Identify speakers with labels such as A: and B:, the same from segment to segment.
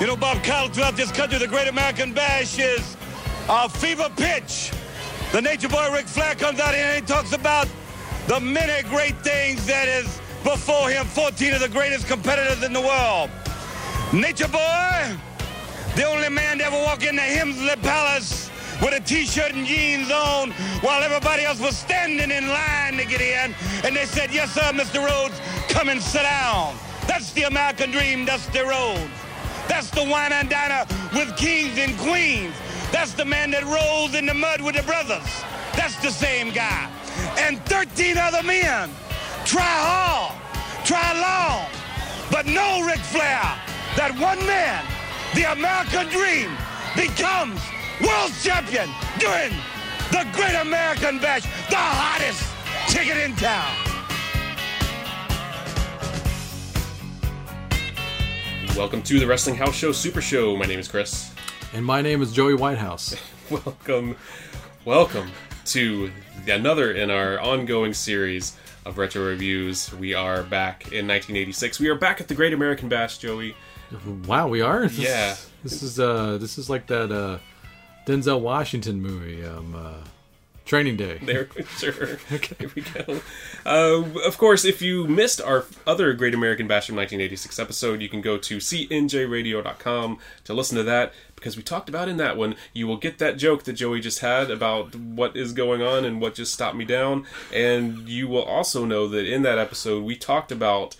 A: You know, Bob Cottle, throughout this country, the Great American Bash is a fever pitch. The nature boy Ric Flair comes out here and he talks about the many great things that is before him. 14 of the greatest competitors in the world. Nature boy, the only man to ever walk into Hemsley Palace with a t-shirt and jeans on while everybody else was standing in line to get in. And they said, yes, sir, Mr. Rhodes, come and sit down. That's the American dream, Dusty Rhodes. That's the wine and diner with kings and queens. That's the man that rolls in the mud with the brothers. That's the same guy. And 13 other men. Try hard, try long, but no Ric Flair. That one man, the American dream, becomes world champion during the Great American Bash, the hottest ticket in town.
B: Welcome to the Wrestling House Show Super Show. My name is Chris.
C: And my name is Joey Whitehouse.
B: Welcome, welcome to another in our ongoing series of retro reviews. We are back in 1986. We are back at the Great American Bash, Joey.
C: Wow, we are. This,
B: Yeah.
C: this is uh, this is like that uh, Denzel Washington movie, um, uh, Training Day.
B: There, sure. Here we go. Uh, of course, if you missed our other Great American Bash from 1986 episode, you can go to cnjradio.com to listen to that because we talked about in that one. You will get that joke that Joey just had about what is going on and what just stopped me down, and you will also know that in that episode we talked about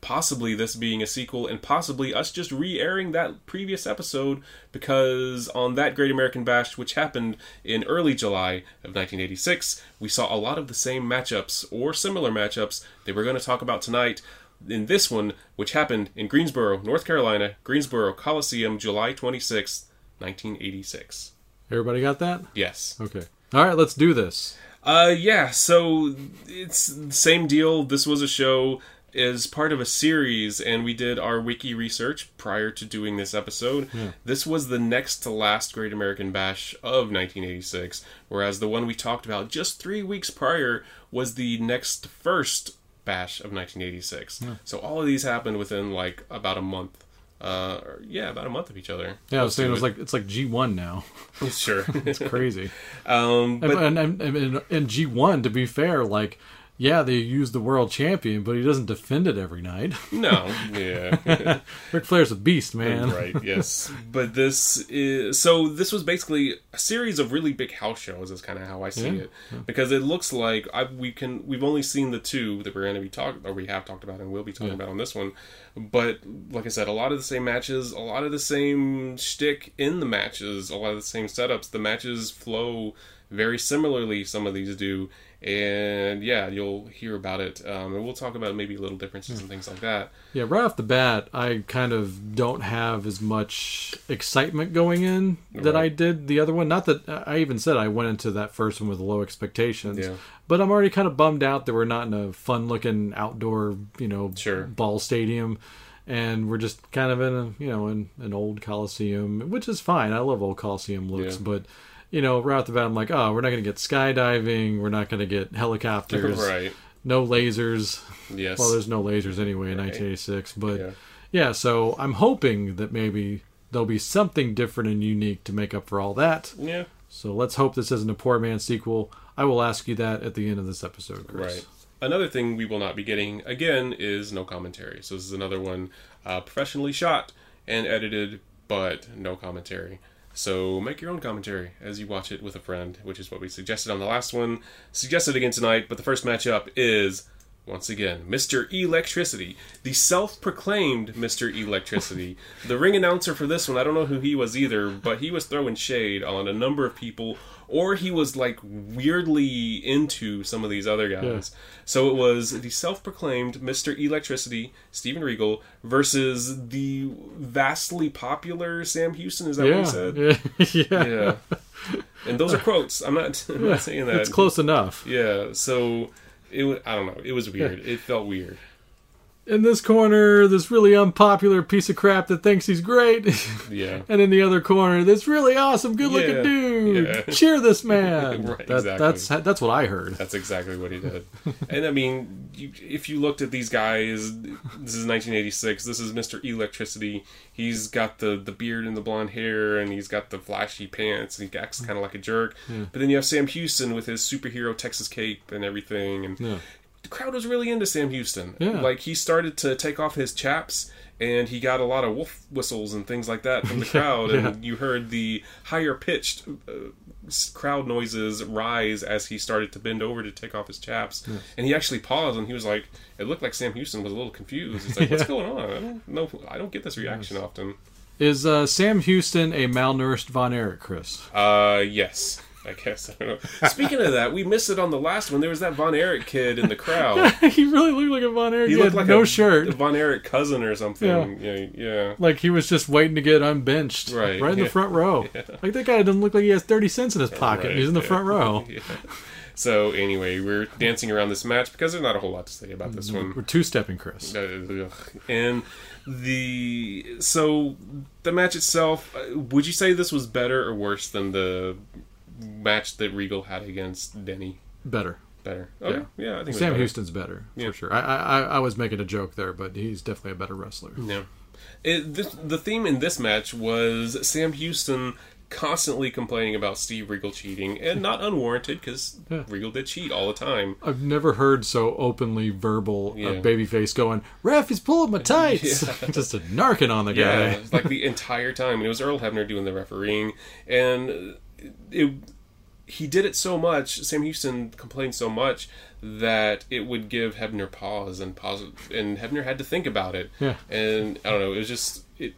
B: possibly this being a sequel and possibly us just re-airing that previous episode because on that Great American Bash which happened in early July of 1986 we saw a lot of the same matchups or similar matchups that we're going to talk about tonight in this one which happened in Greensboro, North Carolina, Greensboro Coliseum July 26th, 1986.
C: Everybody got that?
B: Yes.
C: Okay. All right, let's do this.
B: Uh, yeah. So it's the same deal. This was a show is part of a series, and we did our wiki research prior to doing this episode. This was the next to last Great American Bash of 1986, whereas the one we talked about just three weeks prior was the next first bash of 1986. So all of these happened within like about a month. Uh, or- yeah, about a month of each other.
C: Yeah, I was saying it
B: do
C: was like it's like G one now.
B: sure.
C: It's crazy.
B: um, but
C: and, and, and, and, G one, to be fair, like yeah, they use the world champion, but he doesn't defend it every night.
B: no, yeah.
C: Ric Flair's a beast, man.
B: Right. Yes. but this is so. This was basically a series of really big house shows. Is kind of how I see
C: Yeah,
B: it because it looks like I, we can. We've only seen the two that we're going to be talking or we have talked about and will be talking about on this one. But like I said, a lot of the same matches, a lot of the same shtick in the matches, a lot of the same setups. The matches flow very similarly. Some of these do. And yeah, you'll hear about it, um, and we'll talk about maybe little differences and things like that.
C: Yeah, right off the bat, I kind of don't have as much excitement going in that I did the other one. Not that I even said I went into that first one with low expectations,
B: Yeah.
C: but I'm already kind of bummed out that we're not in a fun looking outdoor, you know,
B: Sure.
C: ball stadium. And we're just kind of in a, you know, in an old Coliseum, which is fine. I love old Coliseum looks,
B: Yeah.
C: but, you know, right off the bat, I'm like, oh, we're not going to get skydiving. We're not going to get helicopters.
B: Right.
C: No lasers.
B: Yes.
C: Well, there's no lasers anyway in 1986, but
B: Yeah.
C: yeah. so I'm hoping that maybe there'll be something different and unique to make up for all that.
B: yeah.
C: So let's hope this isn't a poor man's sequel. I will ask you that at the end of this episode, Chris.
B: Right. Another thing we will not be getting again is no commentary. So this is another one uh, professionally shot and edited, but no commentary. So make your own commentary as you watch it with a friend, which is what we suggested on the last one. Suggested again tonight, but the first matchup is once again Mr. Electricity, the self-proclaimed Mr. Electricity. the ring announcer for this one, I don't know who he was either, but he was throwing shade on a number of people or he was like weirdly into some of these other guys. So it was the self-proclaimed Mr. Electricity, Steven Regal, versus the vastly popular Sam Houston. Is that what he said?
C: Yeah. yeah.
B: Yeah. and those are quotes. I'm not, I'm not saying that.
C: It's close enough.
B: Yeah. So it. wa- I don't know. It was weird. It felt weird.
C: in this corner, this really unpopular piece of crap that thinks he's great.
B: Yeah.
C: and in the other corner, this really awesome, good looking
B: Yeah,
C: dude.
B: yeah.
C: Cheer this man.
B: Right,
C: That-
B: exactly.
C: That's that's what I heard.
B: That's exactly what he did. and I mean, you, if you looked at these guys, this is 1986. This is Mr. Electricity. He's got the the beard and the blonde hair, and he's got the flashy pants, and he acts kind of like a jerk. But then you have Sam Houston with his superhero Texas cape and everything, and
C: Yeah.
B: the crowd was really into Sam Houston.
C: Yeah.
B: Like he started to take off his chaps and he got a lot of wolf whistles and things like that from the crowd and you heard the higher pitched uh, s- crowd noises rise as he started to bend over to take off his chaps and he actually paused and he was like it looked like Sam Houston was a little confused. It's like what's going on? I don't know. I don't get this reaction often.
C: Is uh, Sam Houston a malnourished Von Erich, Chris?
B: Uh, yes. I guess I don't know. Speaking of that, we missed it on the last one. There was that Von Erich kid in the crowd.
C: he really looked like a Von Erich. He,
B: He
C: had
B: looked like
C: no
B: a,
C: shirt.
B: a Von Erich cousin or something. Yeah, yeah.
C: Like he was just waiting to get unbenched,
B: Right,
C: right in the
B: yeah.
C: front row. Like that guy doesn't look like he has thirty cents in his pocket.
B: right,
C: He's in the
B: yeah.
C: front row.
B: Yeah. So anyway, we're dancing around this match because there's not a whole lot to say about this one.
C: We're two stepping, Chris.
B: Uh, ugh. And the so the match itself, uh, would you say this was better or worse than the match that Regal had against Denny?
C: Better.
B: Better. Okay. Yeah, I think it was
C: Sam
B: better.
C: Houston's better
B: Yeah.
C: for sure. I, I I- I was making a joke there, but he's definitely a better wrestler.
B: Yeah. It, this, the theme in this match was Sam Houston constantly complaining about Steve Regal cheating, and not unwarranted because
C: Yeah.
B: Regal did cheat all the time.
C: I've never heard so openly verbal
B: Yeah.
C: a babyface going, "Ref, he's pulling my tights," just narking on the
B: Yeah,
C: guy.
B: like the entire time. And it was Earl Hebner doing the refereeing, and it, he did it so much. Sam Houston complained so much that it would give Hebner pause and pause, and Hebner had to think about it.
C: Yeah.
B: and I don't know. It was just it.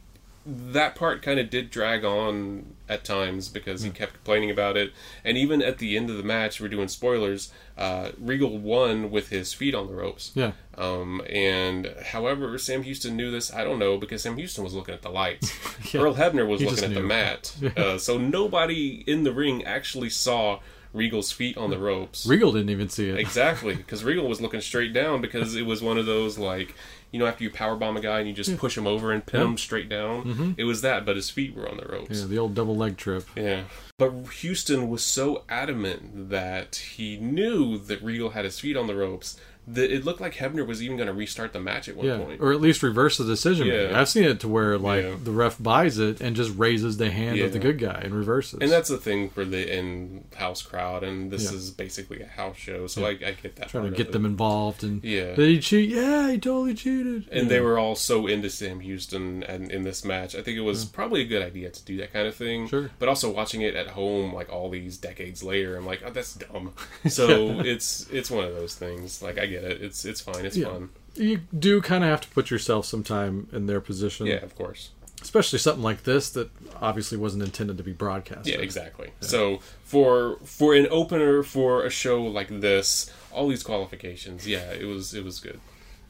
B: That part kind of did drag on at times because he kept complaining about it, and even at the end of the match, we're doing spoilers. Uh, Regal won with his feet on the ropes.
C: Yeah,
B: Um, and however, Sam Houston knew this. I don't know because Sam Houston was looking at the lights. Earl Hebner was
C: just
B: looking at the
C: knew.
B: mat. Uh, so nobody in the ring actually saw Regal's feet on the ropes.
C: Regal didn't even see it.
B: exactly, because Regal was looking straight down because it was one of those like you know after you power bomb a guy and you just push him over and pin him straight down. It was that, but his feet were on the ropes.
C: Mm-hmm. Yeah, the old double leg trip.
B: Yeah. But Houston was so adamant that he knew that Regal had his feet on the ropes that it looked like Hebner was even going to restart the match at one
C: Yeah,
B: point.
C: or at least reverse the decision.
B: Yeah.
C: making. I've seen it to where like
B: Yeah.
C: the ref buys it and just raises the hand of the
B: Yeah.
C: good guy and reverses.
B: and that's the thing for the in house crowd, and this
C: Yeah.
B: is basically a house show, so I, I get that.
C: trying to
B: part
C: get
B: of
C: them
B: it.
C: involved and
B: Yeah.
C: did he cheat? Yeah, he totally cheated.
B: And they were all so into Sam Houston and in this match. I think it was probably a good idea to do that kind of thing.
C: Sure.
B: But also watching it at home, like all these decades later, I'm like, oh, that's dumb. So it's it's one of those things. Like I get it. It's it's fine. It's
C: Yeah.
B: fun.
C: you do kind of have to put yourself sometime in their position,
B: Yeah, of course.
C: especially something like this that obviously wasn't intended to be broadcast.
B: Yeah, exactly. So for for an opener for a show like this, all these qualifications, yeah, it was it was good.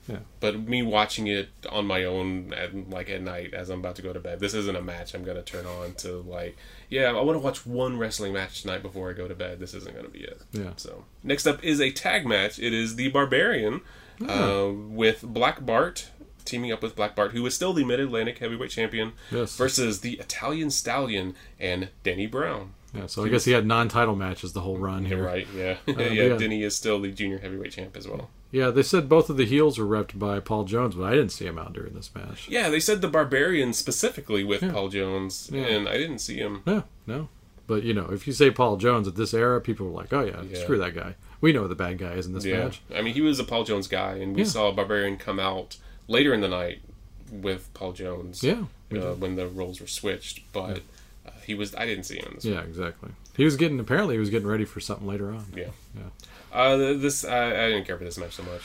C: Yeah.
B: But me watching it on my own at like at night as I'm about to go to bed. This isn't a match I'm gonna turn on to like yeah, I wanna watch one wrestling match tonight before I go to bed. This isn't gonna be it.
C: Yeah.
B: So next up is a tag match. It is the Barbarian uh, with Black Bart teaming up with Black Bart, who is still the Mid Atlantic heavyweight champion
C: Yes.
B: versus the Italian Stallion and Denny Brown.
C: Yeah, so I guess he had non-title matches the whole run
B: You're
C: here. Oh,
B: right, yeah.
C: yeah.
B: yeah, Denny is still the junior heavyweight champ as well.
C: Yeah, they said both of the heels were repped by Paul Jones, but I didn't see him out during this match.
B: Yeah, they said the Barbarian specifically with Paul Jones,
C: Yeah.
B: and I didn't see him.
C: No, no. But you know, if you say Paul Jones at this era, people were like, "Oh yeah,
B: Yeah.
C: screw that guy. We know the bad guy is in this
B: Yeah.
C: match."
B: I mean, he was a Paul Jones guy, and we
C: Yeah.
B: saw Barbarian come out later in the night with Paul Jones
C: Yeah, we
B: uh, when the roles were switched, but uh, he was, I didn't see him in this
C: Yeah, exactly. He was getting apparently he was getting ready for something later on.
B: Yeah.
C: Yeah.
B: Uh, th- this I, I didn't care for this match so much.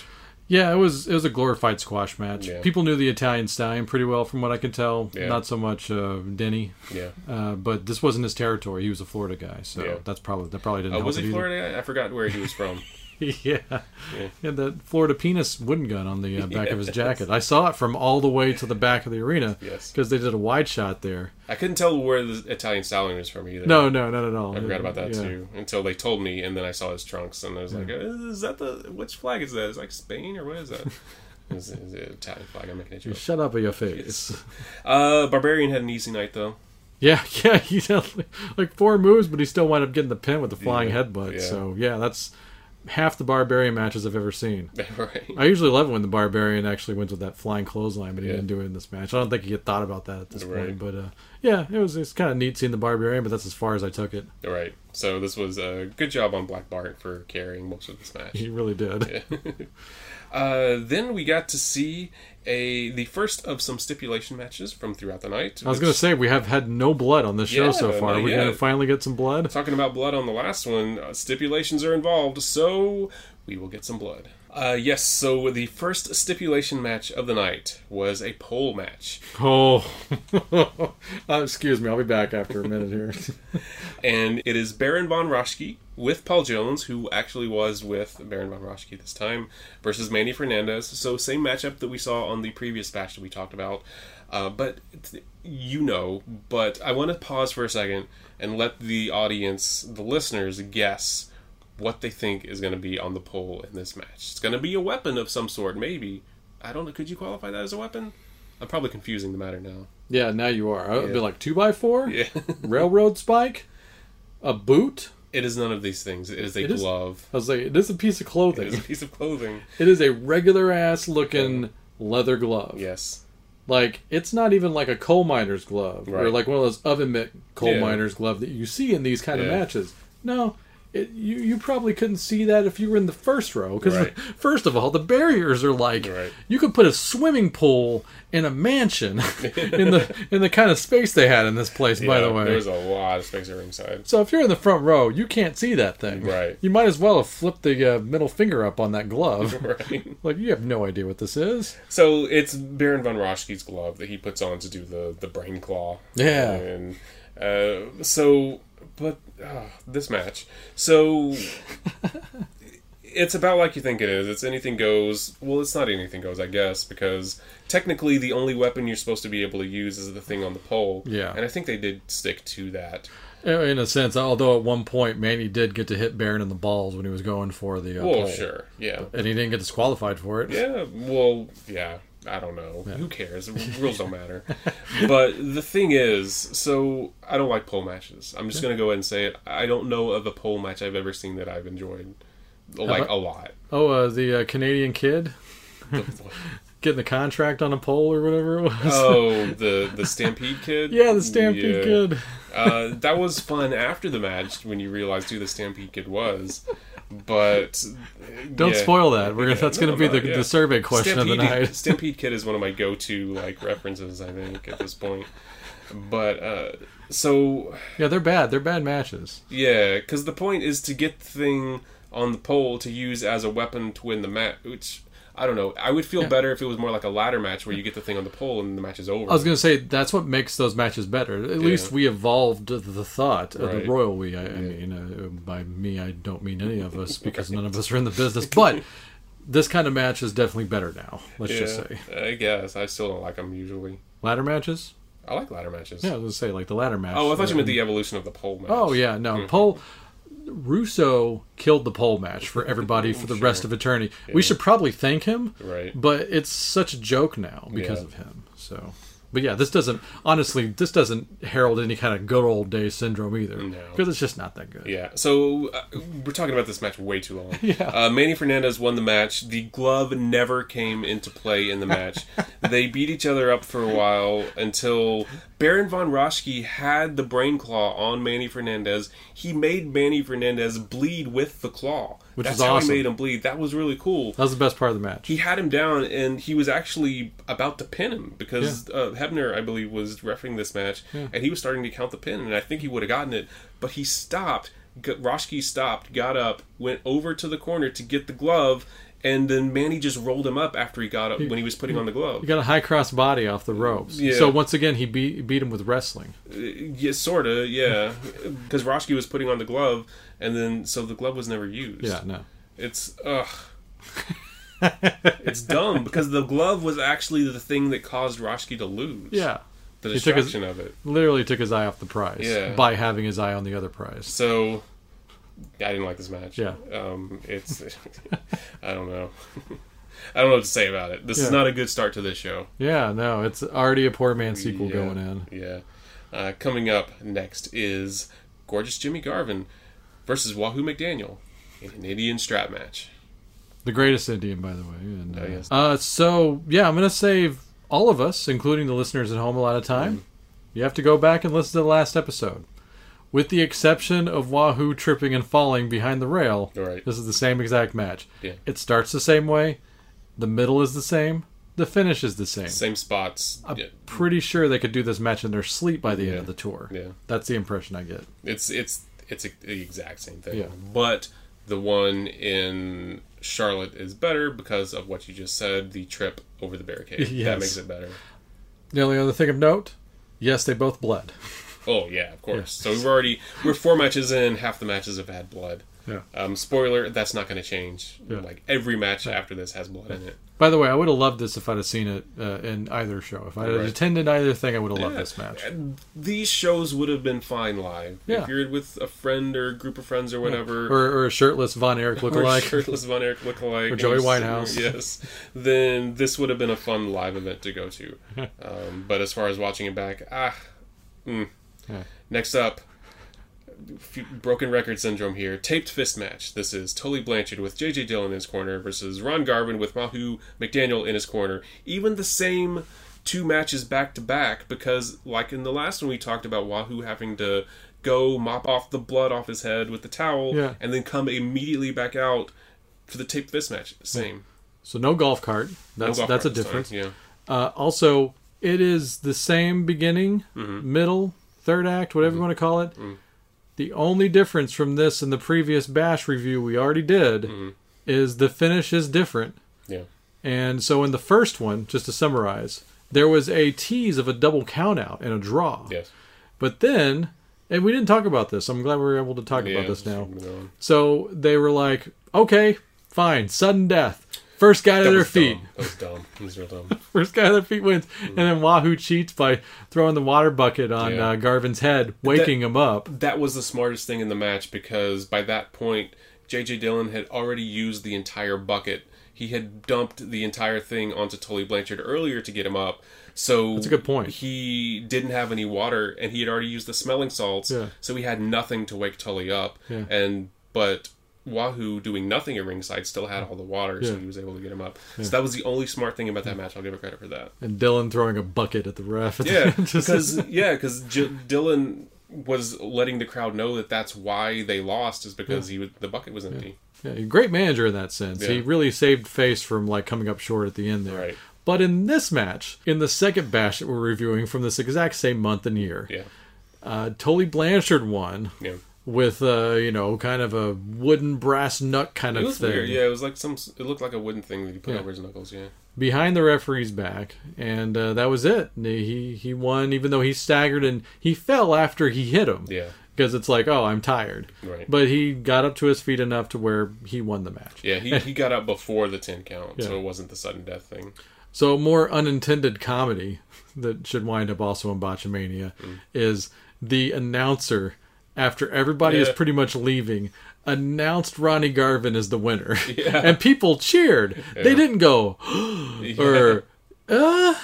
C: Yeah, it was it was a glorified squash match.
B: Yeah.
C: People knew the Italian Stallion pretty well, from what I can tell.
B: Yeah.
C: Not so much uh, Denny,
B: Yeah.
C: uh, but this wasn't his territory. He was a Florida guy, so
B: Yeah.
C: that's probably that probably didn't.
B: Uh,
C: help
B: was
C: it
B: he
C: either.
B: Florida? I forgot where he was from.
C: yeah. He had that Florida penis wooden gun on the uh, back of his jacket. I saw it from all the way to the back of the arena
B: Yes.
C: they did a wide shot there.
B: I couldn't tell where the Italian stallion was from either.
C: No, no, not at all.
B: I forgot about that
C: Yeah.
B: too until they told me, and then I saw his trunks, and I was like, "Is that the which flag is that? Is it like Spain or what is that?" Is, is it Italian flag? I'm making a joke.
C: Shut up with your face.
B: Uh, Barbarian had an easy night though.
C: Yeah, yeah, he did like four moves, but he still wound up getting the pin with the flying headbutt.
B: yeah.
C: So yeah, that's half the barbarian matches I've ever seen.
B: right.
C: I usually love it when the barbarian actually wins with that flying clothesline, but he
B: Yeah.
C: didn't do it in this match. I don't think he had thought about that at this
B: Right.
C: point. But uh, yeah, it was it's kind of neat seeing the barbarian, but that's as far as I took it.
B: All right. So this was a good job on Black Bart for carrying most of this match.
C: He really did.
B: Uh, then we got to see a the first of some stipulation matches from throughout the night.
C: I was going to say we have had no blood on this show
B: Yeah,
C: so far.
B: not
C: We're going
B: yet.
C: to finally get some blood.
B: talking about blood on the last one, uh, stipulations are involved, so we will get some blood. Uh, yes, so the first stipulation match of the night was a pole match,
C: Oh, Uh, excuse me. I'll be back after a minute here.
B: and it is Baron von Roschke with Paul Jones, who actually was with Baron von Roschke this time, versus Manny Fernandez. So same matchup that we saw on the previous match that we talked about, uh, but it's- you know. But I want to pause for a second and let the audience, the listeners, guess what they think is going to be on the pole in this match. It's going to be a weapon of some sort, maybe. I don't know. Could you qualify that as a weapon? I'm probably confusing the matter now.
C: yeah, now you are. I'd be like two by four,
B: Yeah.
C: railroad spike, a boot.
B: it is none of these things. It is a
C: It is-
B: glove.
C: I was like, it is a piece of clothing.
B: It is a piece of clothing.
C: a regular ass looking leather glove.
B: Yes.
C: Like it's not even like a coal miner's glove or
B: Right.
C: like one of those oven mitt coal
B: Yeah.
C: miner's glove that you see in these kind
B: Yeah.
C: of matches. No, it, you you probably couldn't see that if you were in the first row because
B: Right.
C: first of all the barriers are like
B: Right.
C: you could put a swimming pool in a mansion in the in the kind of space they had in this place. by
B: Yeah,
C: the way,
B: there's a lot of space at ringside.
C: so if you're in the front row, you can't see that thing.
B: Right.
C: You might as well have flipped the uh, middle finger up on that glove.
B: Right.
C: like you have no idea what this is.
B: So it's Baron von Roschke's glove that he puts on to do the the brain claw.
C: Yeah.
B: And uh, so, but uh, this match. So it's about like you think it is. It's anything goes. Well, it's not anything goes, I guess, because technically the only weapon you're supposed to be able to use is the thing on the pole.
C: Yeah.
B: And I think they did stick to that.
C: In a sense, although at one point Manny did get to hit Baron in the balls when he was going for the uh,
B: Well,
C: pole.
B: sure. Yeah.
C: and he didn't get disqualified for it.
B: Yeah, well, yeah, I don't know. Who cares? Rules don't matter. but the thing is, so I don't like pole matches. I'm just going to go ahead and say it. I don't know of a pole match I've ever seen that I've enjoyed like a lot.
C: Oh, uh, the uh, Canadian kid getting the contract on a pole or whatever it was.
B: oh, the the Stampede Kid?
C: yeah, the Stampede
B: Yeah.
C: kid.
B: uh, that was fun after the match when you realized who the Stampede Kid was. But
C: Don't
B: yeah.
C: spoil that. We're gonna, that's
B: No,
C: going to be
B: I'm
C: the,
B: not, yeah.
C: the survey question of the
B: Stampede-
C: night.
B: Stampede Kid is one of my go-to like references, I think, at this point. But uh, so
C: Yeah, they're bad. They're bad matches.
B: yeah, because the point is to get the thing on the pole to use as a weapon to win the match. Which I don't know. I would feel better if it was more like a ladder match where you get the thing on the pole and the match is over.
C: I was going to say that's what makes those matches better. At least we evolved the thought, uh,
B: Right.
C: the royal we. I, I mean, uh, by me, I don't mean any of us because none of us are in the business. But this kind of match is definitely better now. Let's just
B: yeah,
C: say
B: I guess I still don't like them usually.
C: ladder matches.
B: I like ladder matches.
C: Yeah, I was going to say like the ladder match.
B: Oh, I thought you
C: uh,
B: meant the evolution of the pole match.
C: Oh yeah,
B: Mm-hmm.
C: no pole. Russo killed the pole match for everybody for the rest of eternity. We should probably thank him,
B: Right.
C: But it's such a joke now because
B: Yeah.
C: of him. So, but yeah, this doesn't honestly. This doesn't herald any kind of good old day syndrome either, because it's just not that good.
B: Yeah, so uh, we're talking about this match way too long. Yeah. Uh, Manny Fernandez won the match. The glove never came into play in the match. they beat each other up for a while until Baron von Roschke had the brain claw on Manny Fernandez. He made Manny Fernandez bleed with the claw.
C: Which
B: That's
C: is
B: how
C: awesome.
B: he made him bleed. That was really cool.
C: That was the best part of the match.
B: He had him down, and he was actually about to pin him because uh, Hebner, I believe, was refereeing this match, and he was starting to count the pin, and I think he would have gotten it, but he stopped. G- Roschke stopped, got up, went over to the corner to get the glove, and then Manny just rolled him up after he got up when he was putting on the glove.
C: He got a high cross body off the ropes.
B: Yeah.
C: So once again, he beat beat him with wrestling.
B: Uh, Yeah, sorta, yeah, because Roschke was putting on the glove, and then so the glove was never used.
C: Yeah, no.
B: It's ugh. it's dumb because the glove was actually the thing that caused Roschke to lose.
C: Yeah,
B: the
C: He took his-
B: destruction of it.
C: literally took his eye off the prize
B: Yeah.
C: by having his eye on the other prize.
B: So I didn't like this match.
C: Yeah.
B: Um, it's I don't know. I don't know what to say about it. This
C: Yeah.
B: is not a good start to this show.
C: Yeah, no, it's already a poor man's sequel
B: Yeah,
C: going in.
B: Yeah. Uh, coming up next is Gorgeous Jimmy Garvin versus Wahoo McDaniel in an Indian strap match.
C: The greatest Indian, by the way. And, uh,
B: Oh, yes.
C: uh, so yeah, I'm gonna save all of us, including the listeners at home, a lot of time.
B: Mm.
C: You have to go back and listen to the last episode. With the exception of Wahoo tripping and falling behind the rail,
B: Right.
C: this is the same exact match.
B: Yeah.
C: It starts the same way, the middle is the same, the finish is the same.
B: Same spots. Yeah.
C: Pretty sure they could do this match in their sleep by the end
B: Yeah.
C: of the tour.
B: Yeah.
C: That's the impression I get.
B: It's it's it's a, the exact same thing.
C: Yeah.
B: But the one in Charlotte is better because of what you just said, the trip over the barricade. That
C: Yes.
B: makes it better.
C: The only other thing of note, yes, they both bled.
B: Oh yeah, of course. So we've already we're four matches in, half the matches have had blood.
C: Yeah.
B: Um, spoiler, that's not going to change.
C: Yeah.
B: Like every match after this has blood in it.
C: By the way, I would have loved this if I'd have seen it uh, in either show. If I'd have
B: Right.
C: attended either thing, I would have loved
B: Yeah.
C: this match.
B: These shows would have been fine live.
C: Yeah.
B: If you're with a friend or a group of friends or whatever,
C: Or, or a shirtless Von Erich
B: or
C: lookalike.
B: shirtless Von Erich lookalike,
C: Or Joey
B: and-
C: Winehouse.
B: Yes, then this would have been a fun live event to go to. um, but as far as watching it back, ah, mm.
C: Yeah.
B: next up, f- broken record syndrome here. Taped fist match. This is Tully Blanchard with J.J. Dillon in his corner versus Ron Garvin with Mahu McDaniel in his corner. Even the same. Two matches back to back because, like in the last one, we talked about Wahoo having to go mop off the blood off his head with the towel
C: Yeah.
B: and then come immediately back out for the taped fist match. Same.
C: So no golf cart. That's
B: Golf
C: that's a
B: cart this time,
C: difference.
B: Yeah.
C: Uh, also, it is the same beginning,
B: Mm-hmm.
C: middle, third act, whatever you want to call it. The only difference from this and the previous Bash review we already did
B: Mm-hmm.
C: is the finish is different.
B: Yeah.
C: And so in the first one, just to summarize, there was a tease of a double count out and a draw.
B: Yes.
C: But then, and we didn't talk about this. I'm glad we were able to talk
B: Yeah,
C: about this now.
B: moving on.
C: So they were like, okay, fine, sudden death. First guy to
B: That
C: their
B: was
C: feet.
B: dumb. That was dumb. That was real dumb.
C: First guy to their feet wins.
B: Mm.
C: And then Wahoo cheats by throwing the water bucket on
B: Yeah.
C: uh, Garvin's head, waking him up.
B: that was the smartest thing in the match because by that point, J.J. Dillon had already used the entire bucket. He had dumped the entire thing onto Tully Blanchard earlier to get him up. So that's
C: a good point.
B: He didn't have any water, and he had already used the smelling salts,
C: Yeah.
B: so he had nothing to wake Tully up.
C: Yeah.
B: And but Wahoo doing nothing at ringside still had all the water, so
C: Yeah.
B: he was able to get him up. So that was the only smart thing about that match. I'll give it credit for that.
C: And Dylan throwing a bucket at the ref.
B: Yeah,
C: Just-
B: because yeah, because J- Dylan was letting the crowd know that that's why they lost is because he was, the bucket was empty.
C: Yeah, a great manager in that sense. He
B: Yeah.
C: really saved face from like coming up short at the end there.
B: Right.
C: But in this match, in the second bash that we're reviewing from this exact same month and year,
B: Yeah,
C: uh, Tully Blanchard won
B: yeah.
C: with uh, you know kind of a wooden brass nut kind
B: It
C: of
B: was
C: thing
B: weird. Yeah, it was like some. It looked like a wooden thing that he put
C: Yeah.
B: over his knuckles. Yeah,
C: behind the referee's back, and uh, that was it. And He he won even though he staggered and he fell after he hit him.
B: yeah,
C: Because it's like, oh, I'm tired.
B: Right.
C: But he got up to his feet enough to where he won the match.
B: yeah. He he got up before the ten count,
C: Yeah.
B: so it wasn't the sudden death thing.
C: So more unintended comedy that should wind up also in Botchamania is the announcer after everybody is
B: Yeah.
C: pretty much leaving announced Ronnie Garvin as the winner, and people cheered. They didn't go or uh,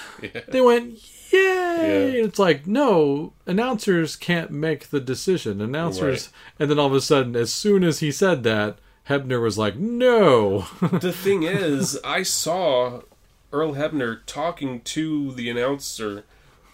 C: they went yay. And it's like no announcers can't make the decision. Announcers, and then all of a sudden, as soon as he said that. Hebner was like, "No,
B: the thing is, I saw Earl Hebner talking to the announcer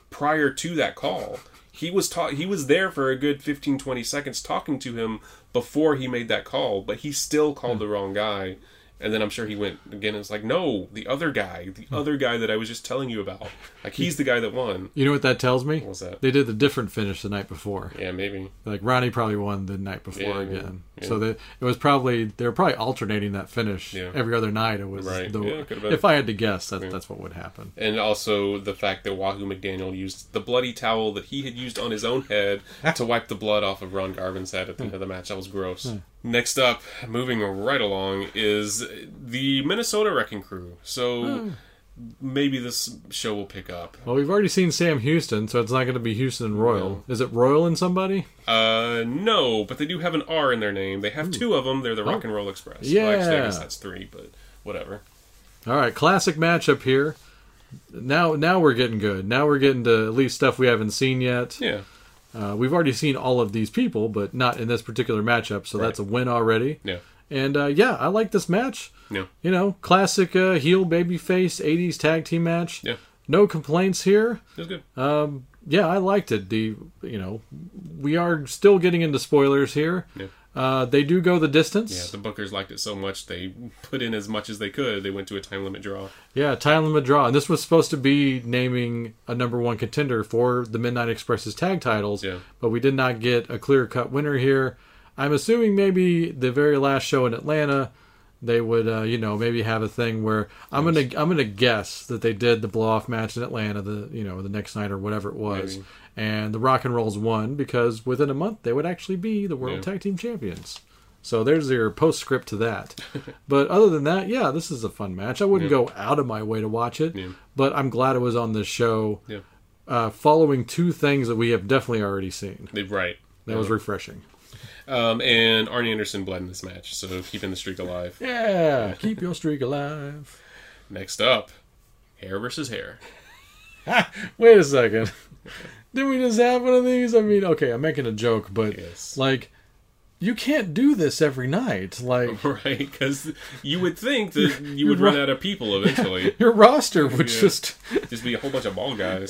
B: prior to that call. He was ta- he was there for a good 15 20 seconds talking to him before he made that call, but he still called the wrong guy. And then I'm sure he went again. It's like, no, the other guy, the other guy that I was just telling you about. Like he's the guy that won.
C: You know what that tells me?
B: What's that?
C: They did the different finish the night before.
B: Yeah, maybe.
C: Like Ronnie probably won the night before
B: Yeah,
C: again.
B: yeah.
C: So they, it was probably they were probably alternating that finish
B: Yeah.
C: every other night. It was
B: Right.
C: the,
B: Yeah, could've been.
C: if I had to guess, that, that's what would happen.
B: and also the fact that Wahoo McDaniel used the bloody towel that he had used on his own head to wipe the blood off of Ron Garvin's head at the end of the match. That was gross. Next up, moving right along, is the Minnesota Wrecking Crew. So maybe this show will pick up.
C: Well, we've already seen Sam Houston, so it's not going to be Houston and Royal. Is it Royal and somebody?
B: Uh, no, but they do have an R in their name. They have two of them. They're the Rock and Roll Express. Well, actually, I
C: Yeah.
B: guess that's three, but whatever.
C: All right, classic matchup here. Now, now we're getting good. Now we're getting to at least stuff we haven't seen yet.
B: Yeah.
C: Uh, we've already seen all of these people, but not in this particular matchup. So that's a win already.
B: Yeah.
C: And uh, yeah, I like this match.
B: Yeah.
C: You know, classic uh, heel babyface '80s tag team match.
B: Yeah.
C: No complaints here.
B: It was good.
C: Yeah, I liked it. The you know, we are still getting into spoilers here.
B: Yeah.
C: Uh, they do go the
B: yeah,
C: distance.
B: the Bookers liked it so much they put in as much as they could. They went to a time limit draw.
C: Yeah, time limit draw. And this was supposed to be naming a number one contender for the Midnight Express's tag titles,
B: Yeah.
C: but we did not get a clear cut winner here. I'm assuming maybe the very last show in Atlanta, they would uh, you know maybe have a thing where I'm gonna I'm gonna guess that they did the blow off match in Atlanta the you know the next night or whatever it was,
B: Maybe.
C: and the Rock and Rolls won because within a month they would actually be the World
B: Yeah.
C: Tag Team Champions. So there's your postscript to that. but other than that, yeah, this is a fun match. I wouldn't go out of my way to watch it,
B: Yeah.
C: but I'm glad it was on this show.
B: Yeah.
C: Uh, following two things that we have definitely already seen.
B: They right.
C: That was refreshing.
B: Um, and Arnie Anderson bled in this match, so keeping the streak alive.
C: Yeah, keep your streak alive.
B: Next up, hair versus hair.
C: Wait a second. Did we just have one of these? I mean, okay, I'm making a joke, but
B: Yes.
C: like, you can't do this every night. Like,
B: Right, because you would think that you would run out of people eventually.
C: your roster would just.
B: Just be a whole bunch of bald guys.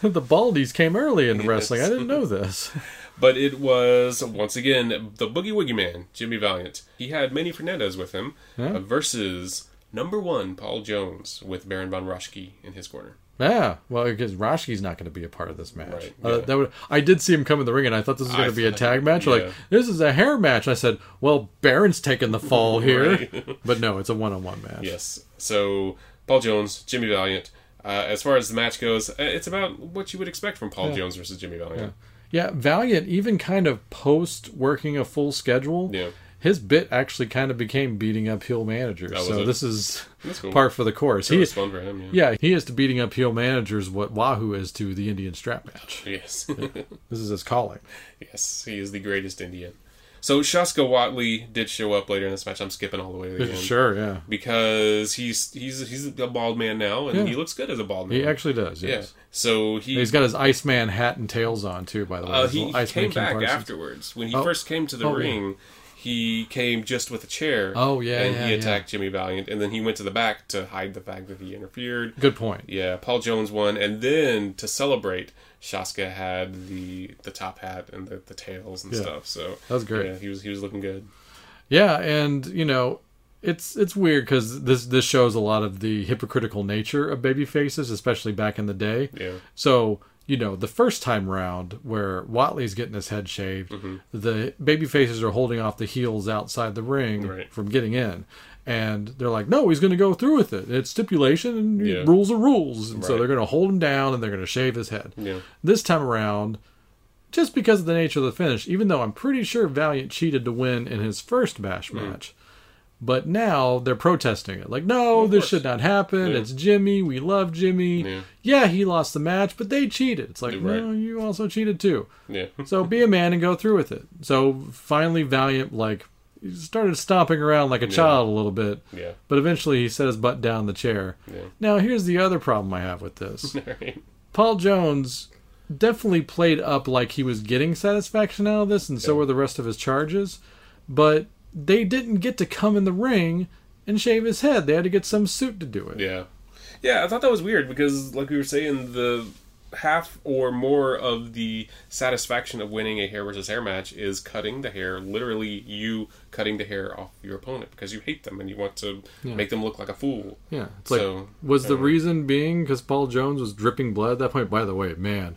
C: The Baldies came early in wrestling. I didn't know this.
B: But it was, once again, the Boogie Woogie Man, Jimmy Valiant. He had Manny Fernandez with him uh, versus number one Paul Jones with Baron Von Roschke in his corner.
C: Yeah, well, because Roshki's not going to be a part of this match.
B: Right,
C: Uh,
B: yeah.
C: that would, I did see him come in the ring, and I thought this was going
B: I
C: to be a
B: thought-
C: tag match. Like
B: yeah.
C: this is a hair match. I said, well, Baron's taking the fall here, but no, it's a one-on-one match.
B: Yes. So Paul Jones, Jimmy Valiant. Uh, as far as the match goes, uh, it's about what you would expect from Paul Jones versus Jimmy Valiant.
C: Yeah, Valiant, even kind of post working a full schedule,
B: Yeah.
C: his bit actually kind of became beating up heel managers.
B: was
C: So
B: it.
C: this is
B: That's cool.
C: par for the course.
B: It
C: He,
B: was fun for him. Yeah.
C: yeah, he is to beating up heel managers what Wahoo is to the Indian strap match.
B: Yes.
C: This is his calling.
B: yes. He is the greatest Indian. So Shaska Watley did show up later in this match. I'm skipping all the way to the end.
C: Sure, yeah.
B: Because he's he's he's a bald man now, and
C: Yeah.
B: he looks good as a bald man.
C: He actually does,
B: yeah.
C: yes.
B: So he
C: He's got his Iceman hat and tails on too, by the way.
B: Uh,
C: His
B: he
C: little Iceman
B: came
C: King
B: back
C: Parsons.
B: afterwards. When he
C: Oh.
B: first came to the
C: Oh, yeah.
B: ring, he came just with a chair.
C: Oh, yeah,
B: and
C: yeah,
B: he
C: yeah.
B: attacked Jimmy Valiant, and then he went to the back to hide the fact that he interfered.
C: Good point.
B: Yeah, Paul Jones won, and then to celebrate, Shaska had the the top hat and the, the tails and
C: Yeah.
B: stuff. So
C: That was great.
B: Yeah, he was he was looking good.
C: Yeah, and you know, it's it's weird because this this shows a lot of the hypocritical nature of baby faces, especially back in the day.
B: Yeah.
C: So you know, the first time round where Watley's getting his head shaved,
B: Mm-hmm.
C: the baby faces are holding off the heels outside the ring
B: Right.
C: from getting in. And they're like, no, he's going to go through with it. It's stipulation and
B: Yeah.
C: rules are rules. And so
B: Right.
C: they're going to hold him down and they're going to shave his head.
B: Yeah.
C: This time around, just because of the nature of the finish, even though I'm pretty sure Valiant cheated to win in his first Bash
B: Hmm.
C: match. But now they're protesting it. Like, no, this
B: course.
C: should not happen.
B: Yeah.
C: It's Jimmy. We love Jimmy.
B: Yeah.
C: he lost the match, but they cheated. It's like,
B: Yeah, right.
C: no, you also cheated too.
B: Yeah.
C: So be a man and go through with it. So finally, Valiant, like, started stomping around like a child a little bit.
B: Yeah.
C: But eventually, he set his butt down in the chair.
B: Yeah.
C: Now, here's the other problem I have with this.
B: Right.
C: Paul Jones definitely played up like he was getting satisfaction out of this, and so were the rest of his charges. But they didn't get to come in the ring and shave his head. They had to get some suit to do it.
B: Yeah. Yeah, I thought that was weird because, like we were saying, the half or more of the satisfaction of winning a hair versus hair match is cutting the hair, literally you cutting the hair off your opponent because you hate them and you want to make them look like a fool.
C: Yeah, it's like
B: So,
C: was the reason being because Paul Jones was dripping blood at that point. By the way, man,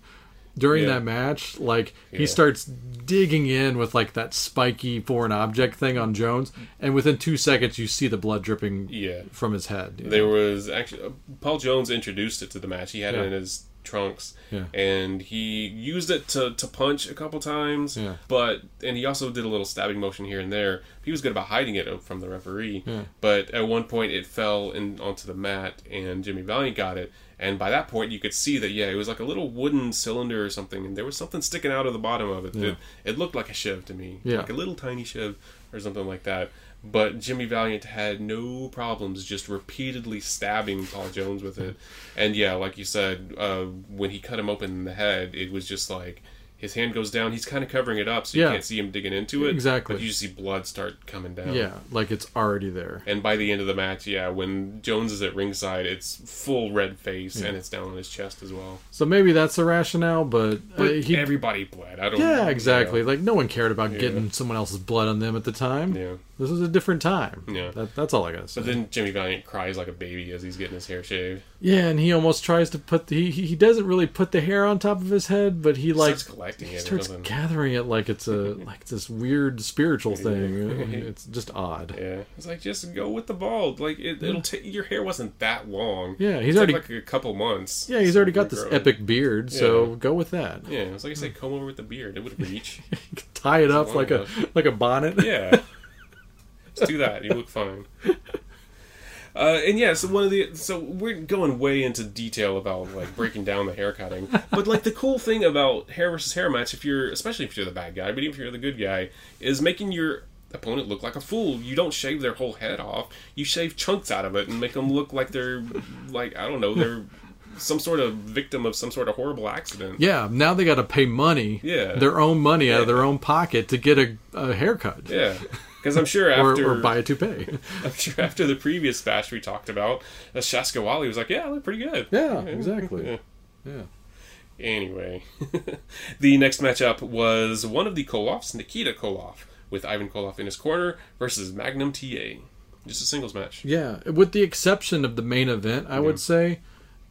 C: during
B: Yeah.
C: that match, like
B: Yeah.
C: he starts digging in with like that spiky foreign object thing on Jones, and within two seconds you see the blood dripping
B: Yeah.
C: from his head. you
B: There was actually uh, Paul Jones introduced it to the match. He had it
C: Yeah.
B: in his trunks,
C: Yeah.
B: and he used it to, to punch a couple times.
C: Yeah.
B: But and he also did a little stabbing motion here and there. He was good about hiding it from the referee. But at one point, it fell in, onto the mat, and Jimmy Valiant got it. And by that point, you could see that yeah, it was like a little wooden cylinder or something, and there was something sticking out of the bottom of it. It, it looked like a shiv to me,
C: Yeah.
B: like a little tiny shiv or something like that. but Jimmy Valiant had no problems just repeatedly stabbing Paul Jones with it. And yeah, like you said, uh, when he cut him open in the head, it was just like his hand goes down. He's kind of covering it up, so you
C: Yeah.
B: can't see him digging into it.
C: Exactly.
B: But you just see blood start coming down.
C: Yeah, like it's already there.
B: And by the end of the match, yeah, when Jones is at ringside, it's full red face and it's down on his chest as well.
C: So maybe that's the rationale, but, uh,
B: But
C: he,
B: everybody bled. I don't.
C: yeah, exactly.
B: Yeah.
C: Like no one cared about getting someone else's blood on them at the time.
B: Yeah.
C: This was a different time.
B: Yeah.
C: that, that's all I gotta say.
B: But then Jimmy Valiant cries like a baby as he's getting his hair shaved.
C: yeah, and he almost tries to put the he, he he doesn't really put the hair on top of his head, but he like
B: starts collecting
C: he
B: it or
C: starts
B: something.
C: gathering it like it's a like this weird spiritual thing. It's just odd.
B: Yeah, it's like just go with the bald. Like it, it'll take your hair wasn't that long.
C: Yeah,
B: It
C: he's
B: took,
C: already-
B: like a couple months.
C: Yeah, he's
B: to
C: already got this
B: regrow it.
C: epic beard, so go with that.
B: Yeah, it's like I said, comb over with the beard. It would reach.
C: Tie it up
B: long
C: like a
B: enough.
C: like a bonnet.
B: Yeah. Just do that. You look fine. Uh, and yeah, so one of the so we're going way into detail about like breaking down the hair cutting, but like the cool thing about hair versus hair match, if you're especially if you're the bad guy, but even if you're the good guy, is making your opponent look like a fool. You don't shave their whole head off; you shave chunks out of it and make them look like they're like I don't know, they're some sort of victim of some sort of horrible accident.
C: Yeah, now they got to pay money,
B: Yeah.
C: their own money out of their own pocket to get a, a haircut
B: Yeah, because I'm sure
C: or,
B: after
C: or buy a toupee.
B: I'm sure after the previous bash we talked about, uh, Shaskawali was like, "Yeah, I look pretty good."
C: yeah, exactly. Yeah.
B: Anyway, the next matchup was one of the Koloffs, Nikita Koloff, with Ivan Koloff in his corner versus Magnum TA. Just a singles match.
C: yeah, with the exception of the main event, I would say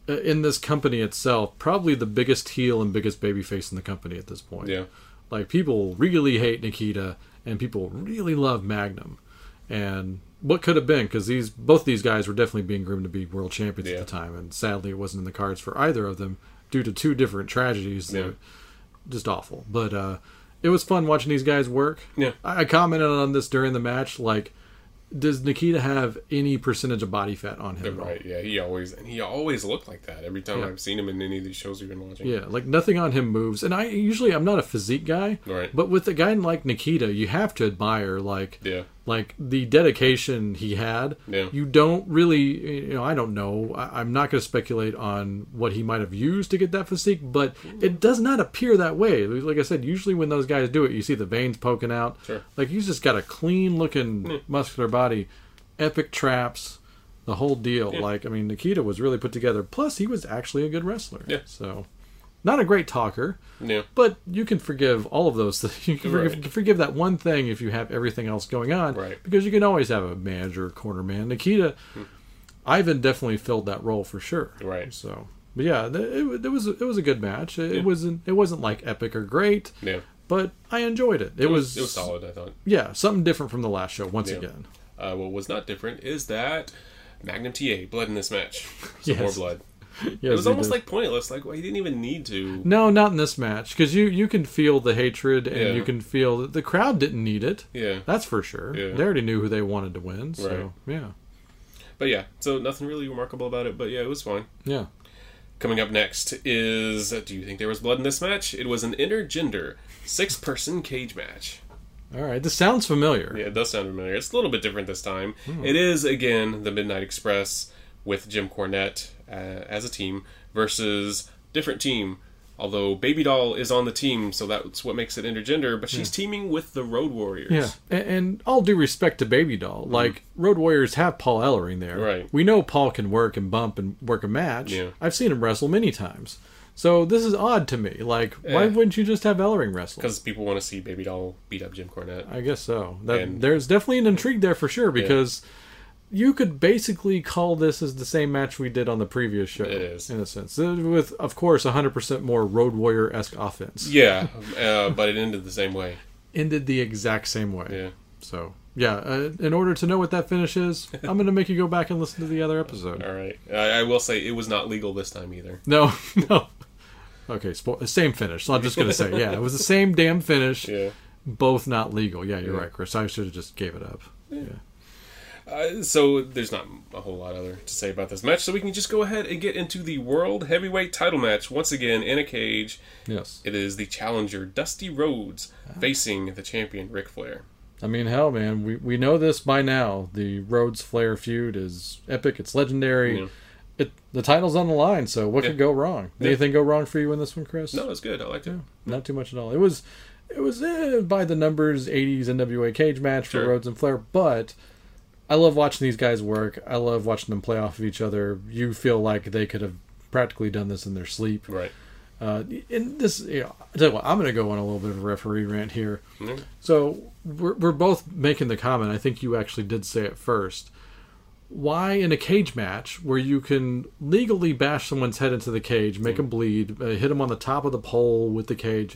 C: uh, in this company itself, probably the biggest heel and biggest babyface in the company at this point.
B: Yeah.
C: like people really hate Nikita and people really love Magnum, and what could have been because these both these guys were definitely being groomed to be world champions
B: Yeah.
C: at the time, and sadly it wasn't in the cards for either of them due to two different tragedies. that
B: Yeah.
C: just awful. But uh, it was fun watching these guys work.
B: Yeah.
C: I, I commented on this during the match. Like, does Nikita have any percentage of body fat on him? at all?
B: Right. Yeah. He always and he always looked like that every time
C: Yeah.
B: I've seen him in any of these shows we've been watching.
C: Yeah, like nothing on him moves. And I usually I'm not a physique guy,
B: Right.
C: but with a guy like Nikita, you have to admire like
B: Yeah.
C: like the dedication he had.
B: Yeah.
C: You don't really, you know, I don't know. I, I'm not going to speculate on what he might have used to get that physique, but it does not appear that way. Like I said, usually when those guys do it, you see the veins poking out.
B: Sure.
C: Like he's just got a clean looking muscular body, epic traps. The whole deal, like I mean, Nikita was really put together. Plus, he was actually a good wrestler.
B: Yeah.
C: So, not a great talker,
B: Yeah.
C: but you can forgive all of those things. You can forgive,
B: Right.
C: forgive that one thing if you have everything else going on,
B: Right. Hmm.
C: Because you can always have a manager, or corner man. Nikita, Ivan definitely filled that role for sure,
B: Right.
C: So, but yeah, th- it, wa- it was it was a good match. It, wasn't it wasn't like epic or great,
B: Yeah.
C: but I enjoyed it. It,
B: It
C: was,
B: was it was solid. I thought.
C: Yeah, something different from the last show once
B: Yeah.
C: again.
B: Uh, what was not different is that Magnum TA bled in this match. So
C: Yes.
B: More blood.
C: Yeah,
B: It was almost like pointless. Like well, he didn't even need to.
C: no, not in this match because you you can feel the hatred and
B: Yeah.
C: you can feel that the crowd didn't need it.
B: Yeah.
C: That's for sure.
B: Yeah.
C: They already knew who they wanted to win, so
B: Right.
C: yeah,
B: But yeah, so nothing really remarkable about it, but yeah, it was fine.
C: yeah.
B: Coming up next is Do you think there was blood in this match? It was an intergender six person cage match.
C: All right, this sounds familiar.
B: Yeah, it does sound familiar. It's a little bit different this time.
C: Hmm.
B: It is, again, the Midnight Express with Jim Cornette uh, as a team versus different team. Although Baby Doll is on the team, so that's what makes it intergender, but she's teaming with the Road Warriors.
C: Yeah, and, and all due respect to Baby Doll, like Road Warriors have Paul Ellering there.
B: Mm-hmm. Right.
C: We know Paul can work and bump and work a match.
B: Yeah.
C: I've seen him wrestle many times. So this is odd to me. Like, why
B: Eh.
C: wouldn't you just have Ellering wrestle?
B: Because people want to see Baby Doll beat up Jim Cornette.
C: I guess so. That
B: And-
C: there's definitely an intrigue there for sure because you could basically call this as the same match we did on the previous show.
B: It is.
C: in a sense, with of course 100% more Road Warrior esque offense.
B: Yeah, uh, but it ended the same way.
C: Ended the exact same way.
B: Yeah.
C: So yeah, uh, in order to know what that finish is, I'm gonna make you go back and listen to the other episode.
B: All right. I, I will say it was not legal this time either.
C: No, no. Okay, spo- same finish. So I'm just gonna say, yeah, it was the same damn finish.
B: Yeah.
C: Both not legal. Yeah, you're right, Chris. I should have just gave it up. Yeah.
B: Uh, so there's not a whole lot other to say about this match. So we can just go ahead and get into the world heavyweight title match once again in a cage.
C: Yes. Ah.
B: It is the challenger Dusty Rhodes facing the champion Ric Flair.
C: I mean, hell, man, we, we know this by now. The Rhodes Flair feud is epic. It's legendary.
B: Yeah.
C: It the title's on the line, so what
B: Yeah.
C: could go wrong? Did
B: Yeah.
C: anything go wrong for you in this one, Chris?
B: No, it's good. I liked it.
C: not too much at all. It was it was eh, by the numbers 80s NWA cage match
B: Sure.
C: for Rhodes and Flair, but I love watching these guys work. I love watching them play off of each other. You feel like they could have practically done this in their sleep.
B: Right.
C: Uh, and this, you know, I tell you what, I'm going to go on a little bit of a referee rant here.
B: Mm.
C: So we're, we're both making the comment. I think you actually did say it first. Why in a cage match where you can legally bash someone's head into the cage, make
B: Mm.
C: them bleed, uh, hit them on the top of the pole with the cage?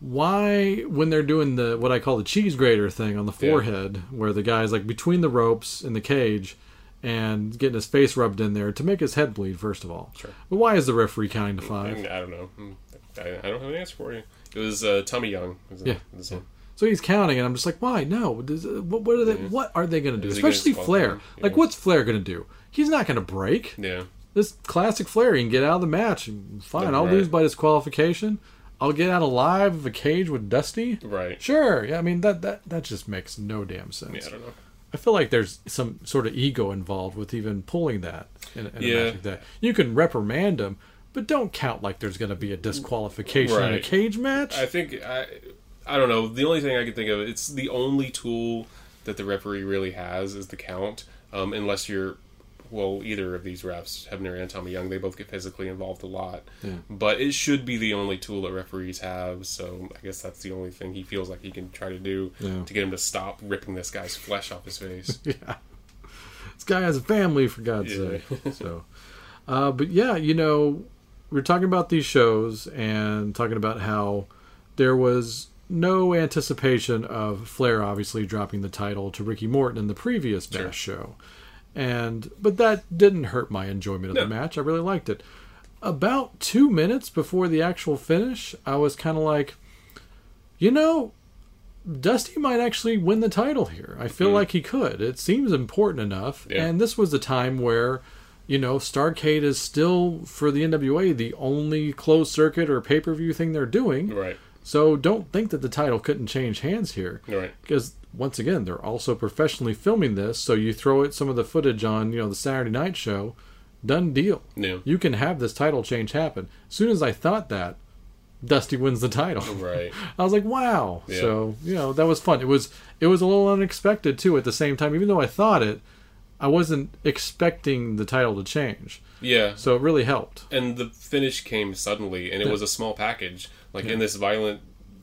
C: Why, when they're doing the what I call the cheese grater thing on the forehead, where the guy's like between the ropes in the cage and getting his face rubbed in there to make his head bleed, first of all?
B: Sure.
C: But why is the referee counting to
B: I,
C: five?
B: mean, I don't know. Mm. I, I don't have an answer for you. It was uh, Tommy Young. Was
C: Yeah.
B: This one.
C: So he's counting, and I'm just like, why? No, Does- uh, what, what are they? What are they going to do?
B: Is he gonna
C: Especially
B: disqualify
C: Flair.
B: him?
C: Like,
B: Yeah.
C: what's Flair going to do? He's not going to break.
B: Yeah.
C: This classic Flair. He can get out of the match. and Fine, I'll
B: Right.
C: lose by disqualification. I'll get out alive of a cage with Dusty.
B: Right.
C: Sure. Yeah, I mean that that that just makes no damn sense.
B: Yeah, I don't know.
C: I feel like there's some sort of ego involved with even pulling that. In, in a
B: Yeah.
C: match like that. You can reprimand him, but don't count like there's going to be a disqualification in a
B: Right.
C: cage match.
B: I think I, I don't know. The only thing I can think of, it's the only tool that the referee really has is the count, um, unless you're, well, either of these refs, Hebner and Tommy Young, they both get physically involved a lot. But it should be the only tool that referees have. So I guess that's the only thing he feels like he can try to do
C: Yeah.
B: to get him to stop ripping this guy's flesh off his face.
C: this guy has a family for god's
B: Yeah.
C: sake so uh, but yeah you know we we're talking about these shows and talking about how there was no anticipation of flair obviously dropping the title to ricky morton in the previous
B: Sure.
C: Bash show and but that didn't hurt my enjoyment of
B: No.
C: the match i really liked it about two minutes before the actual finish i was kind of like you know Dusty might actually win the title here. I feel like he could. It seems important enough.
B: Hmm. Yeah.
C: And this was a time where, you know, Starcade is still, for the NWA, the only closed circuit or pay per view thing they're doing.
B: right.
C: So don't think that the title couldn't change hands here.
B: Right.
C: Because, once again, they're also professionally filming this. So you throw it some of the footage on, you know, the Saturday night show, done deal.
B: Yeah.
C: You can have this title change happen. As soon as I thought that, Dusty wins the title.
B: Right.
C: I was like,
B: Oh.
C: wow.
B: Yeah.
C: So you know that was fun. It was it was a little unexpected too. At the same time, even though I thought it, I wasn't expecting the title to change.
B: Yeah.
C: So it really helped.
B: and the finish came suddenly and it was a small package like in this violent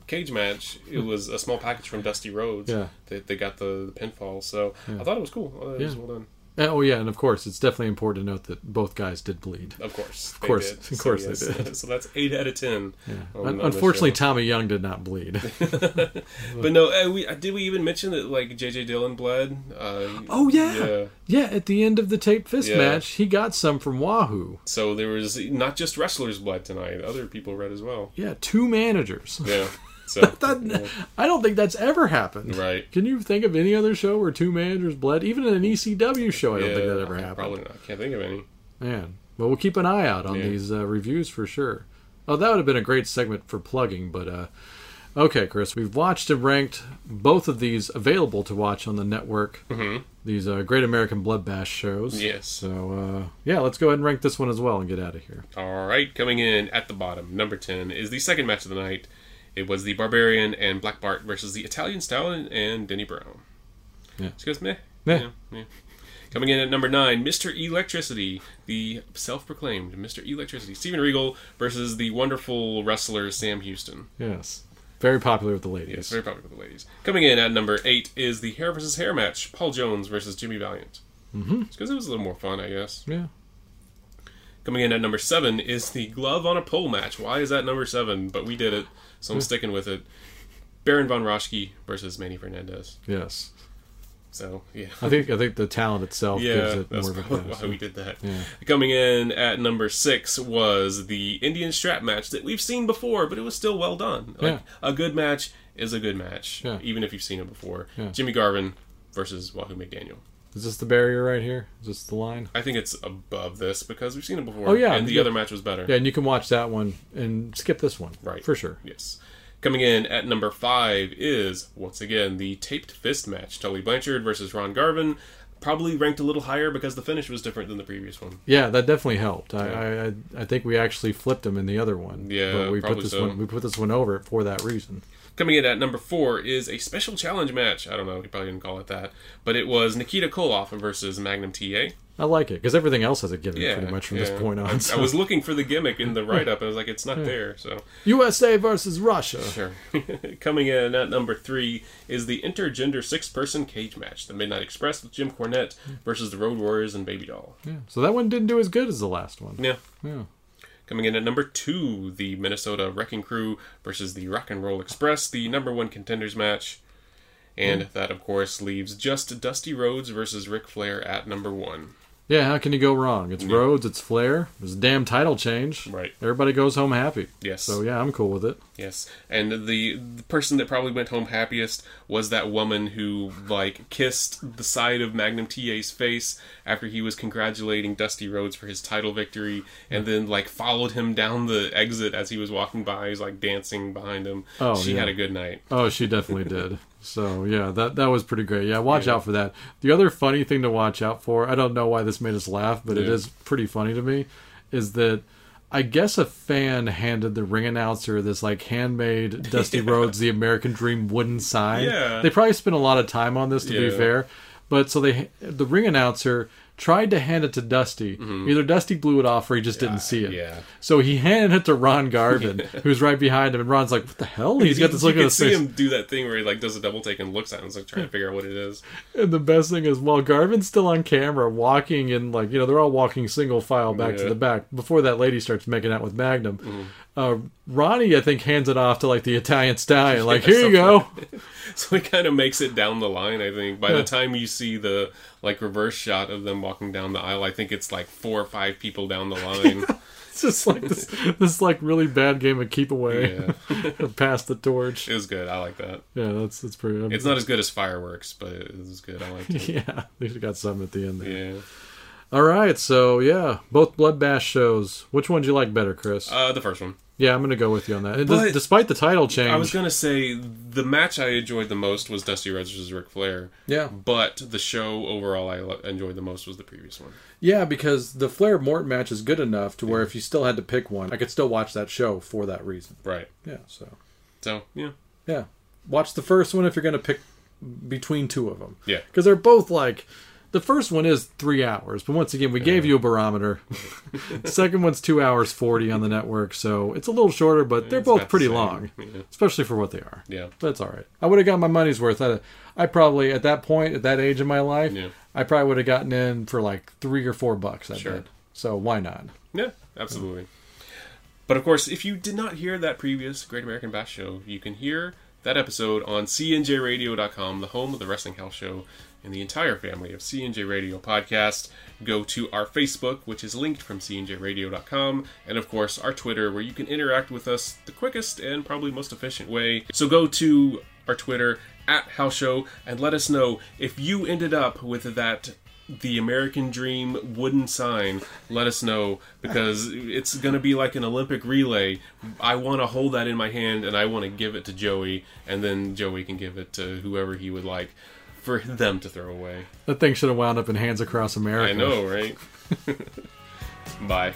B: cage match it was a small package from dusty rhodes
C: Yeah.
B: that they got the, the pinfall so i thought it was cool I thought it was
C: Yeah.
B: well done
C: And- oh yeah, and of course, it's definitely important to note that both guys did bleed.
B: of course of
C: course, of course they
B: did so that's eight out of ten on- on
C: Un-
B: the
C: Unfortunately,
B: show.
C: Tommy Young did not bleed.
B: but no uh, we, uh, did we even mention that like jj dillon bled uh,
C: oh yeah.
B: yeah
C: yeah, At the end of the tape fist
B: Yeah.
C: match, he got some from Wahoo.
B: so there was not just wrestlers bled tonight other people read as well
C: Yeah, two managers.
B: yeah so
C: That- I don't think that's ever happened.
B: Right.
C: Can you think of any other show where two managers bled? Even in an ECW show, I don't
B: yeah,
C: think that ever happened.
B: probably not i can't think of any
C: Man, well, we'll keep an eye out on
B: Yeah.
C: these uh, reviews for sure. Oh, that would have been a great segment for plugging, but uh, okay, Chris, we've watched and ranked both of these available to watch on the network. Mm-hmm. These uh, Great American Blood Bash shows.
B: Yes.
C: So uh, yeah, let's go ahead and rank this one as well and get out of here.
B: All right, coming in at the bottom, number 10, is the second match of the night. It was the Barbarian and Black Bart versus the Italian Stallion and Denny Brown.
C: Yeah.
B: Excuse me?
C: Yeah.
B: yeah. Coming in at number 9, Mr. Electricity, the self proclaimed Mr. Electricity, Steven Regal versus the wonderful wrestler Sam Houston.
C: Yes, very popular with the ladies.
B: Yes, very popular with the ladies. Coming in at number 8 is the hair versus hair match, Paul Jones versus Jimmy Valiant. Mm-hmm. because it was a little more fun, I guess.
C: Yeah.
B: Coming in at number seven is the glove on a pole match. Why is that number seven? But we did it, so
C: Hmm.
B: I'm sticking with it. Baron von Roschke versus Manny Fernandez.
C: Yes.
B: So yeah,
C: I think I think the talent itself gives
B: yeah,
C: it
B: that's
C: more of a
B: probably
C: pass.
B: why we did that.
C: Yeah.
B: Coming in at number six was the Indian strap match that we've seen before, but it was still well done. Like
C: Yeah.
B: a good match is a good match,
C: Yeah.
B: even if you've seen it before.
C: Yeah.
B: Jimmy Garvin versus Wahoo McDaniel.
C: Is this the barrier right here? Is this the line?
B: I think it's above this because we've seen it before.
C: Oh, yeah.
B: and the
C: Yeah.
B: other match was better.
C: Yeah, and you can watch that one and skip this one,
B: Right.
C: For sure.
B: Yes. Coming in at number five is, once again, the taped fist match Tully Blanchard versus Ron Garvin. Probably ranked a little higher because the finish was different than the previous one.
C: Yeah, that definitely helped. I, I I think we actually flipped him in the other one.
B: Yeah,
C: but we put
B: probably
C: this
B: so.
C: one we put this one over for that reason.
B: Coming in at number four is a special challenge match. I don't know, he probably didn't call it that, but it was Nikita Koloff versus Magnum TA.
C: I like it because everything else has a gimmick
B: Yeah,
C: pretty much from
B: yeah.
C: this point
B: I,
C: on. So.
B: I was looking for the gimmick in the write up, and I was like, it's not there. So
C: USA versus Russia.
B: Sure. Coming in at number three is the intergender six-person cage match: the Midnight Express with Jim Cornette versus the Road Warriors and Baby Doll.
C: Yeah. So that one didn't do as good as the last one.
B: Yeah.
C: Yeah.
B: Coming in at number two, the Minnesota Wrecking Crew versus the Rock and Roll Express, the number one contenders match. And
C: Hmm.
B: that, of course, leaves just Dusty Rhodes versus Ric Flair at number one.
C: Yeah, how can you go wrong? It's Rhodes, it's Flair, it's a damn title change.
B: Right.
C: Everybody goes home happy.
B: Yes.
C: So yeah, I'm cool with it.
B: Yes, and the, the person that probably went home happiest was that woman who like kissed the side of Magnum TA's face after he was congratulating Dusty Rhodes for his title victory, and
C: Hmm.
B: then like followed him down the exit as he was walking by. He's like dancing behind him.
C: Oh,
B: she
C: yeah.
B: had a good night.
C: Oh, she definitely did. So yeah, that that was pretty great. Yeah, watch out for that. The other funny thing to watch out for, I don't know why this made us laugh, but it
B: Yeah.
C: is pretty funny to me, is that I guess a fan handed the ring announcer this like handmade Dusty Rhodes the American Dream wooden sign.
B: Yeah.
C: They probably spent a lot of time on this to
B: Yeah.
C: be fair. But so they the ring announcer tried to hand it to Dusty. Either Dusty blew it off or he just didn't see it.
B: Mm-hmm. Uh, yeah.
C: So he handed it to Ron Garvin, who's right behind him, and Ron's like, "What the hell?" He's got this look
B: you
C: on
B: can
C: his
B: see
C: face.
B: him do that thing where he like does a double take and looks at him, like trying to figure out what it is.
C: And the best thing is, while Garvin's still on camera, walking in like you know they're all walking single file back
B: Yeah. Mm-hmm.
C: to the back before that lady starts making out with Magnum. Uh, Ronnie, I think, hands it off to like the Italian stallion, like here you go.
B: So it kind of makes it down the line. I think by the time you see the like reverse shot of them walking down the aisle, I think it's like four or five people down the line.
C: It's just like this, this like really bad game of keep away,
B: yeah,
C: pass the torch.
B: it was good. I like that.
C: Yeah, that's that's pretty. um,
B: It's not as good as fireworks, but it was good. I liked it.
C: Yeah, they got some at the end there.
B: Yeah.
C: All right, so yeah, both Blood Bash shows. Which one do you like better, Chris?
B: Uh, the first one.
C: yeah, I'm gonna go with you on that. And
B: but-
C: des- despite the title change,
B: I was gonna say the match I enjoyed the most was Dusty Rhodes versus Ric Flair.
C: Yeah.
B: But the show overall I lo- enjoyed the most was the previous one.
C: Yeah, because the Flair Mort match is good enough to where if you still had to pick one, I could still watch that show for that reason.
B: Right.
C: Yeah, so
B: So yeah.
C: yeah, watch the first one if you're gonna pick between two of them.
B: Yeah.
C: because they're both like the first one is three hours, but once again, we gave you a barometer. the second one's two hours forty on the network, so it's a little shorter, but they're
B: about
C: both
B: the
C: pretty
B: same.
C: long,
B: Yeah.
C: especially for what they are.
B: Yeah.
C: But it's all right. I would have got my money's worth. I, I probably at that point, at that age in my life,
B: Yeah.
C: I probably would have gotten in for like three or four bucks. I
B: Sure.
C: bet. So why not?
B: Yeah, absolutely. But of course, if you did not hear that previous Great American Bash show, you can hear that episode on cnjradio.com, the home of the Wrestling House Show and the entire family of CNJ Radio podcast. Go to our Facebook, which is linked from cnjradio.com, and of course, our Twitter, where you can interact with us the quickest and probably most efficient way. So go to our Twitter at House Show and let us know if you ended up with that the American Dream wooden sign. Let us know because it's going to be like an Olympic relay. I want to hold that in my hand and I want to give it to Joey, and then Joey can give it to whoever he would like for them to throw away.
C: That thing should have wound up in Hands Across America.
B: I know, right? Bye.